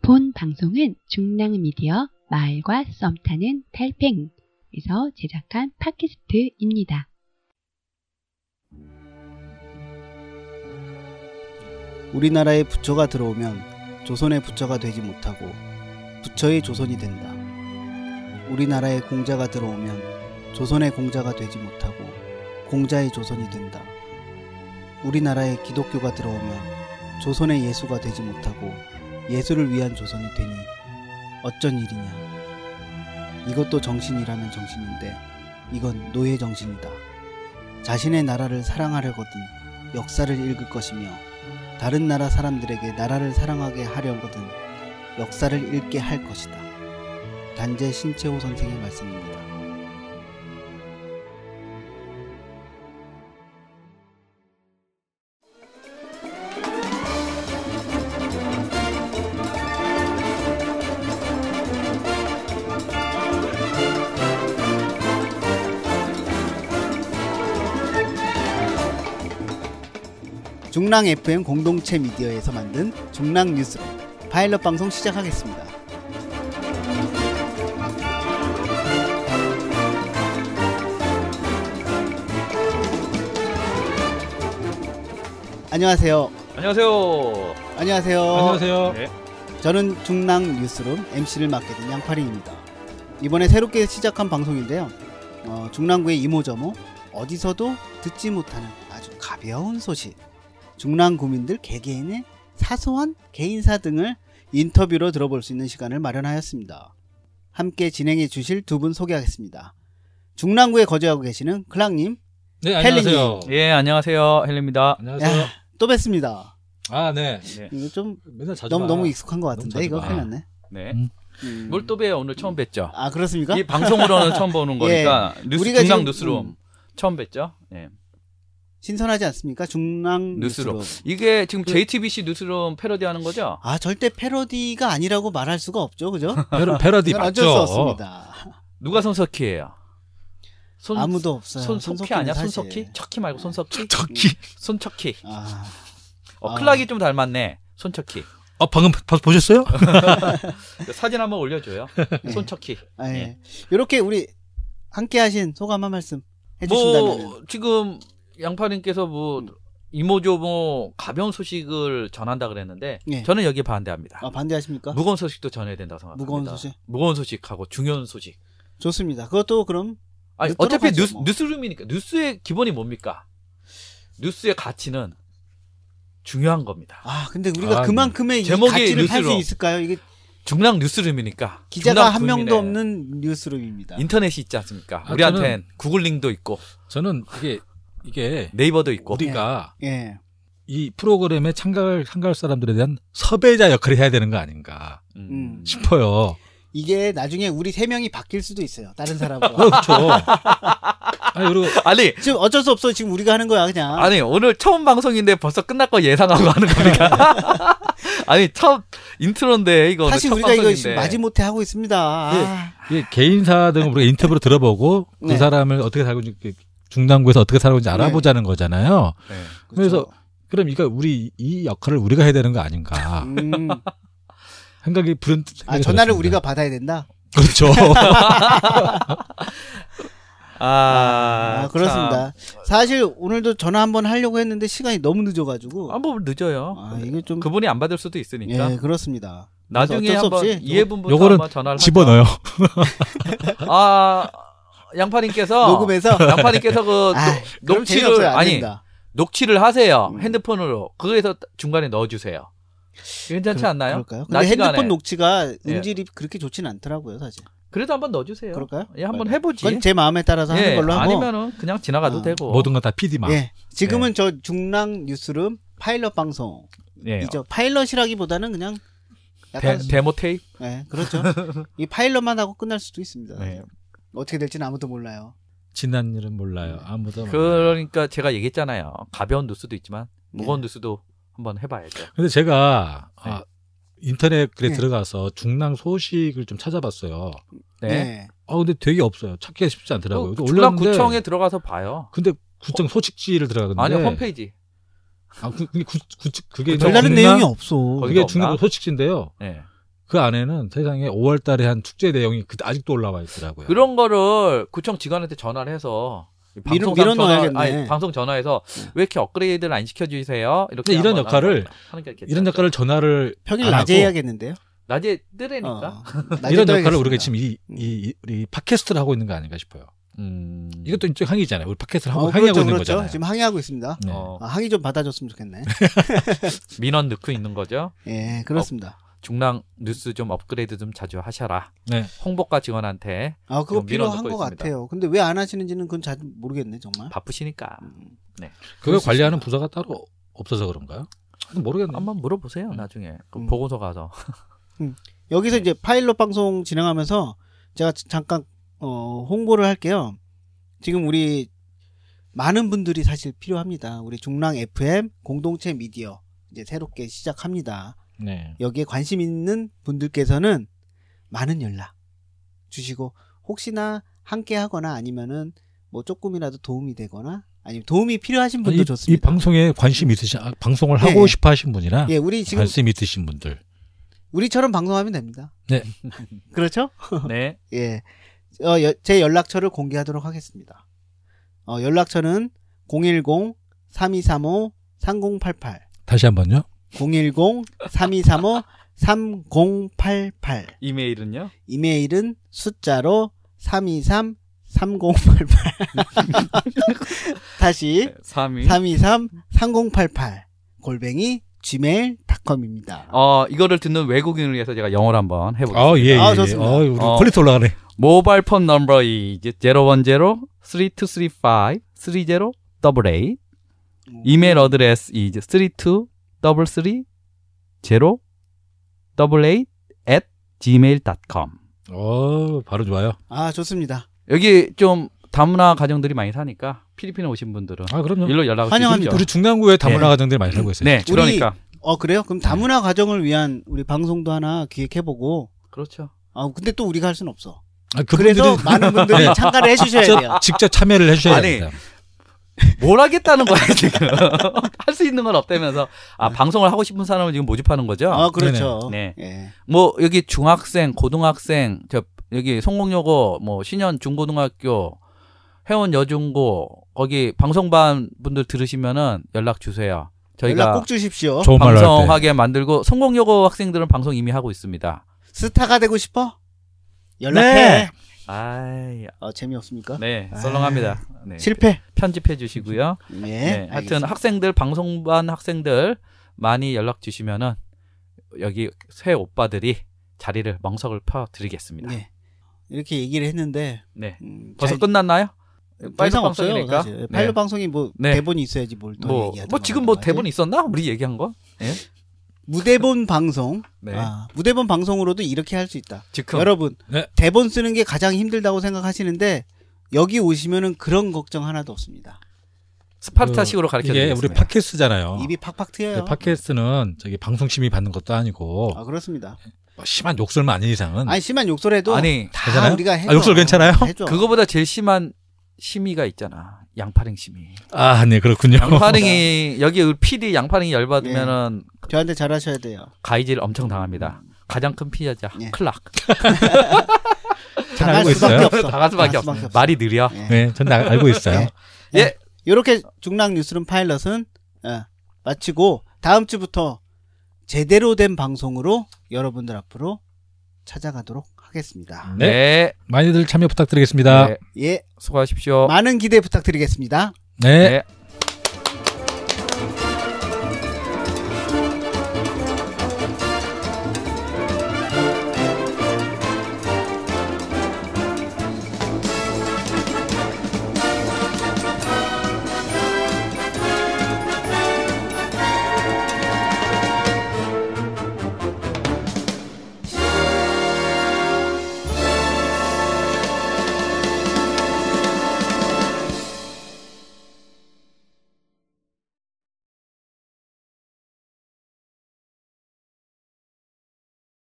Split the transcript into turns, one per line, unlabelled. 본 방송은 중랑미디어 마을과 썸타는 달팽에서 제작한 팟캐스트입니다.
우리나라에 부처가 들어오면 조선의 부처가 되지 못하고 부처의 조선이 된다. 우리나라에 공자가 들어오면 조선의 공자가 되지 못하고 공자의 조선이 된다. 우리나라에 기독교가 들어오면 조선의 예수가 되지 못하고 예수를 위한 조선이 되니 어쩐 일이냐. 이것도 정신이라면 정신인데 이건 노예 정신이다. 자신의 나라를 사랑하려거든 역사를 읽을 것이며 다른 나라 사람들에게 나라를 사랑하게 하려거든 역사를 읽게 할 것이다. 단재 신채호 선생의 말씀입니다. 중랑 FM 공동체 미디어에서 만든 중랑 뉴스로 파일럿 방송 시작하겠습니다. 안녕하세요.
안녕하세요.
어. 안녕하세요.
안녕하세요.
네.
저는 중랑 뉴스룸 MC를 맡게 된 양파리입니다. 이번에 새롭게 시작한 방송인데요. 어, 중랑구의 이모저모 어디서도 듣지 못하는 아주 가벼운 소식, 중랑 구민들 개개인의 사소한 개인사 등을 인터뷰로 들어볼 수 있는 시간을 마련하였습니다. 함께 진행해 주실 두 분 소개하겠습니다. 중랑구에 거주하고 계시는 클랑님
네,
헬리님.
안녕하세요.
예, 안녕하세요. 헬리입니다.
안녕하세요.
야. 또 뵙습니다.
아, 네.
네.
이거 좀
맨날 자주
너무
봐.
너무 익숙한 것 같은데
자주
이거
봐.
큰일 났네.
네.
음.
음.
몰도배 오늘 처음 뵀죠.
아 그렇습니까?
이 방송으로는 처음 보는 거니까 뉴스
예. 우리가
중앙
지금- 음.
뉴스룸
네.
처음 뵀죠. 예.
신선하지 않습니까? 중랑
뉴스룸.
뉴스룸.
이게 지금
그
JTBC 뉴스룸 패러디하는 거죠?
아 절대 패러디가 아니라고 말할 수가 없죠, 그죠?
패러, 패러디
이건
맞죠?
어쩔 수 없습니다.
누가 손석희예요? 손
아무도 없어요.
손석희 아니야?
손석희는
손석희?
사실.
척희 말고 손석희?
저기.
음.
손척희.
아,
어,
아.
클락이 좀 닮았네. 손척희.
아, 방금 봐- 보셨어요?
사진 한번 올려줘요. 손척희.
아, 예.
예.
이렇게 우리 함께하신 소감 한 말씀 해주신다면
뭐 지금 양파님께서 뭐
음.
이모조모 가벼운 소식을 전한다 그랬는데
예.
저는 여기에 반대합니다.
아, 반대하십니까?
무거운 소식도 전해야 된다고 생각합니다.
무거운 소식
무거운 소식하고 중요한 소식.
좋습니다. 그것도 그럼
아니
늦도록
어차피
하죠,
뉴스,
뭐.
뉴스룸이니까 뉴스의 기본이 뭡니까? 뉴스의 가치는 중요한 겁니다.
아 근데 우리가
아,
그만큼의 이
제목이
가치를 팔 수
뉴스룸.
있을까요? 이게
중랑 뉴스룸이니까
기자가
중랑
한
국민의
명도 없는 뉴스룸입니다.
인터넷이 있지 않습니까?
아,
우리한텐 구글링도 있고
저는 이게 이게
네이버도
뭐?
있고
우리가
예,
이 프로그램에 참가할 참가할 사람들에 대한 섭외자 역할을 해야 되는 거 아닌가
음.
싶어요.
이게 나중에 우리 세 명이 바뀔 수도 있어요. 다른 사람으로.
그렇죠. 아니 그리고
아니
지금 어쩔 수 없어. 지금 우리가 하는 거야 그냥.
아니 오늘 처음 방송인데 벌써 끝날 거 예상하고 하는 겁니까? 아니 첫 인트로인데 이거
사실
첫
우리가 이거
방송인데. 예.
지금 마지못해 하고 있습니다. 아,
이 개인사 등을 우리가 인터뷰로 들어보고
네.
그 사람을 어떻게 살고 있는지 중남구에서 어떻게 살고 있는지 알아보자는 거잖아요.
네.
그렇죠.
그럼 이거 우리 이 역할을 우리가 해야 되는 거 아닌가
음.
생각이 불현듯
아
생각이
전화를
들었습니다.
우리가 받아야 된다.
그렇죠.
아,
아, 그렇습니다. 사실 오늘도 전화 한번 하려고 했는데 시간이 너무 늦어가지고
한번 뭐 늦어요.
아 이게 좀
아, 그분이 안 받을 수도 있으니까
예 그렇습니다.
나중에
어쩔 수
한번
없이
이해분부터
요거는
한번 전화를
집어넣어요.
하죠. 아 양파님께서
녹음해서
양파님께서 그
아,
녹-
그럼 재미없어요.
녹취를
안
아니
된다.
녹취를 하세요
음.
핸드폰으로 거기에서 중간에 넣어주세요. 괜찮지
그럴-
않나요?
그럴까요?
낮
근데
시간에. 예.
핸드폰 녹취가 음질이 그렇게 좋진 않더라고요 사실.
그래도 한번 넣어주세요.
그럴까요?
예, 한번 해보지.
그건 제 마음에 따라서 하는
예,
걸로 하고.
아니면은 그냥 지나가도
아,
되고.
모든 건 다 PD 만
예 지금은 저 중랑 뉴스룸 파일럿 방송
예.
이죠 파일럿이라기보다는 그냥
데,
약간
데모 테이프.
네, 그렇죠. 이 파일럿만 하고 끝날 수도 있습니다.
네.
어떻게 될지는 아무도 몰라요.
지난 일은 몰라요. 아무도. 몰라요.
음. 그러니까 제가 얘기했잖아요. 가벼운 뉴스도 있지만
네.
무거운 뉴스도 한번 해봐야죠.
근데 제가 아,
네.
인터넷 글에
네.
들어가서 중랑 소식을 좀 찾아봤어요.
네.
아 근데 되게 없어요. 찾기가 쉽지 않더라고요.
또
또
중랑구청에 들어가서 봐요.
근데 구청 소식지를 들어가는데
아니요 홈페이지.
아, 그, 근데 구, 구, 그게
별다른
중랑-
내용이 없어.
거기-
그게
없나?
중랑 소식지인데요.
예.
그 안에는 세상에 5월 달에 한 축제 내용이 그- 아직도 올라와 있더라고요.
그런 거를 구청 직원한테 전화를 해서
밀어-
방송사
밀어넣어야겠네. 네.
아니, 방송 전화해서 왜 이렇게 업그레이드를 안 시켜주세요? 이렇게
근데 이런
한번
역할을-
하는 게 괜찮죠.
이런 역할을 전화를
평일
안
낮에
하고
해야겠는데요?
낮에 뜨래니까.
어, 낮에
아, 이런 역할을
떠야겠습니다.
우리가 지금 이, 이- 이- 우리 팟캐스트를 하고 있는 거 아닌가 싶어요.
음.
이것도 일종 항의잖아요. 우리 팟캐스트를
어,
하고 항의하고
그렇죠,
있는
그렇죠.
거잖아요.
지금 항의하고 있습니다.
네.
어,
아, 항의 좀 받아줬으면 좋겠네.
민원 넣고 있는 거죠.
예, 그렇습니다.
중랑 뉴스 좀 업그레이드 좀 자주 하셔라.
네.
홍보과 직원한테
아, 그거
지금
필요한
밀어넣고
것
있습니다.
같아요. 근데 왜 안 하시는지는 그건 잘 모르겠네, 정말.
바쁘시니까
음.
그걸 관리하는 부서가 따로 없어서 그런가요? 하여튼 모르겠네요.
한번 물어보세요 나중에 그
음.
보건소 가서
여기서 이제 파일럿 방송 진행하면서 제가 자- 잠깐 어, 홍보를 할게요. 지금 우리 많은 분들이 사실 필요합니다. 우리 중랑 FM 공동체 미디어 이제 새롭게 시작합니다.
네.
여기에 관심 있는 분들께서는 많은 연락 주시고 혹시나 함께 하거나 아니면은 뭐 조금이라도 도움이 되거나 아니면 도움이 필요하신 분도
이, 이
좋습니다.
방송에 관심 있으신 아, 방송을
예,
하고
예.
싶어 하신 분이나
예, 우리 지금
관심 있으신 분들
우리처럼 방송하면 됩니다.
네.
그렇죠?
네
예. 어, 여- 제 연락처를 공개하도록 하겠습니다. 어, 연락처는 010-3235-3088.
다시 한번요.
010-3235-3088.
이메일은요
이메일은 숫자로 323-3088. 다시,
네. 3위
323-3088. 골뱅이 gmail.com입니다.
어 이거를 듣는 외국인을 위해서 제가 영어를 한번 해보겠습니다.
아, 예, 예.
아,
예.
좋습니다.
아, 우리
어.
퀄리티 올라가네.
모바일 폰 넘버 이제 010 3235 3088 이메일 어드레스 이제 3233 0 88 at gmail.com
어, 바로 좋아요.
아, 좋습니다.
여기 좀 다문화 가정들이 많이 사니까 필리핀에 오신 분들은
아, 그럼요.
일로 연락을
환영합니다.
우리
주십시오.
중랑구에 다문화
예.
가정들이 많이 살고 있어요.
네,
우리-
그러니까
어, 그래요? 그럼 다문화 가정을 위한 우리 방송도 하나 기획해보고
그렇죠.
아, 근데 또 우리가 할 수는 없어.
아,
그
그분들이
래서 많은 분들이
네.
참가를 해주셔야 돼요.
직접, 직접 참여를 해주셔야
아니,
됩니다.
뭘 하겠다는 거야 지금 할 수 있는 건 없다면서 아 방송을 하고 싶은 사람을 지금 모집하는 거죠.
아, 그렇죠.
네네.
예.
뭐 여기 중학생, 고등학생, 저 여기 성공여고, 뭐 신현 중고등학교, 회원 여중고 거기 방송반 분들 들으시면은 연락 주세요.
연락
저희가
꼭 주십시오.
좋은 말로 할 때.
방송하게 만들고 성공여고 학생들은 방송 이미 하고 있습니다.
스타가 되고 싶어? 연락해.
네.
아이,
어, 재미없습니까?
네, 썰렁합니다. 네,
아. 실패.
편집해 주시고요.
예.
네, 하여튼
알겠습니다.
학생들 방송반 학생들 많이 연락 주시면은 여기 새 오빠들이 자리를 멍석을 펴 드리겠습니다.
예. 이렇게 얘기를 했는데
네.
음,
벌써
잘-
끝났나요?
더
파일럿
이상 없어요.
방송이니까.
사실.
네.
파일럿 방송이 뭐
네.
대본이 있어야지 뭘또
뭐,
얘기하죠.
뭐 지금 뭐 대본 있었나? 우리 얘기한 거?
무대본 방송.
네.
아, 무대본 방송으로도 이렇게 할 수 있다.
즉흥.
여러분
네.
대본 쓰는 게 가장 힘들다고 생각하시는데 여기 오시면은 그런 걱정 하나도 없습니다. 그
스파르타식으로 가르쳐
이게
드리겠습니다.
우리 팟캐스트잖아요.
입이 팍팍 트여요.
네, 팟캐스트는 저기 방송 심의 받는 것도 아니고
아 그렇습니다.
뭐 심한 욕설만 아닌 이상은
아니 심한 욕설해도
아니,
다
괜찮아요?
우리가 해줘.
아, 욕설 괜찮아요?
해줘.
그거보다 제일 심한 심의가 있잖아. 양파링 심의.
아, 네, 그렇군요.
양파링이 여기 우리 PD 양파링이 열받으면은
저한테 잘하셔야 돼요.
가이질 엄청 당합니다. 가장 큰 피해자
음. 예.
클락.
잘
나갈
알고
수밖에
있어요.
없어. 나갈
나갈 수밖에 없어.
수밖에 없어.
말이 느려.
예.
네, 전 나- 알고 있어요.
네. 이렇게 중랑 뉴스룸 파일럿은 어, 마치고 다음 주부터 제대로 된 방송으로 여러분들 앞으로 찾아가도록 하겠습니다.
네. 아.
네.
많이들 참여 부탁드리겠습니다.
네.
예,
어?
수고하십시오.
많은 기대 부탁드리겠습니다.
네.
네.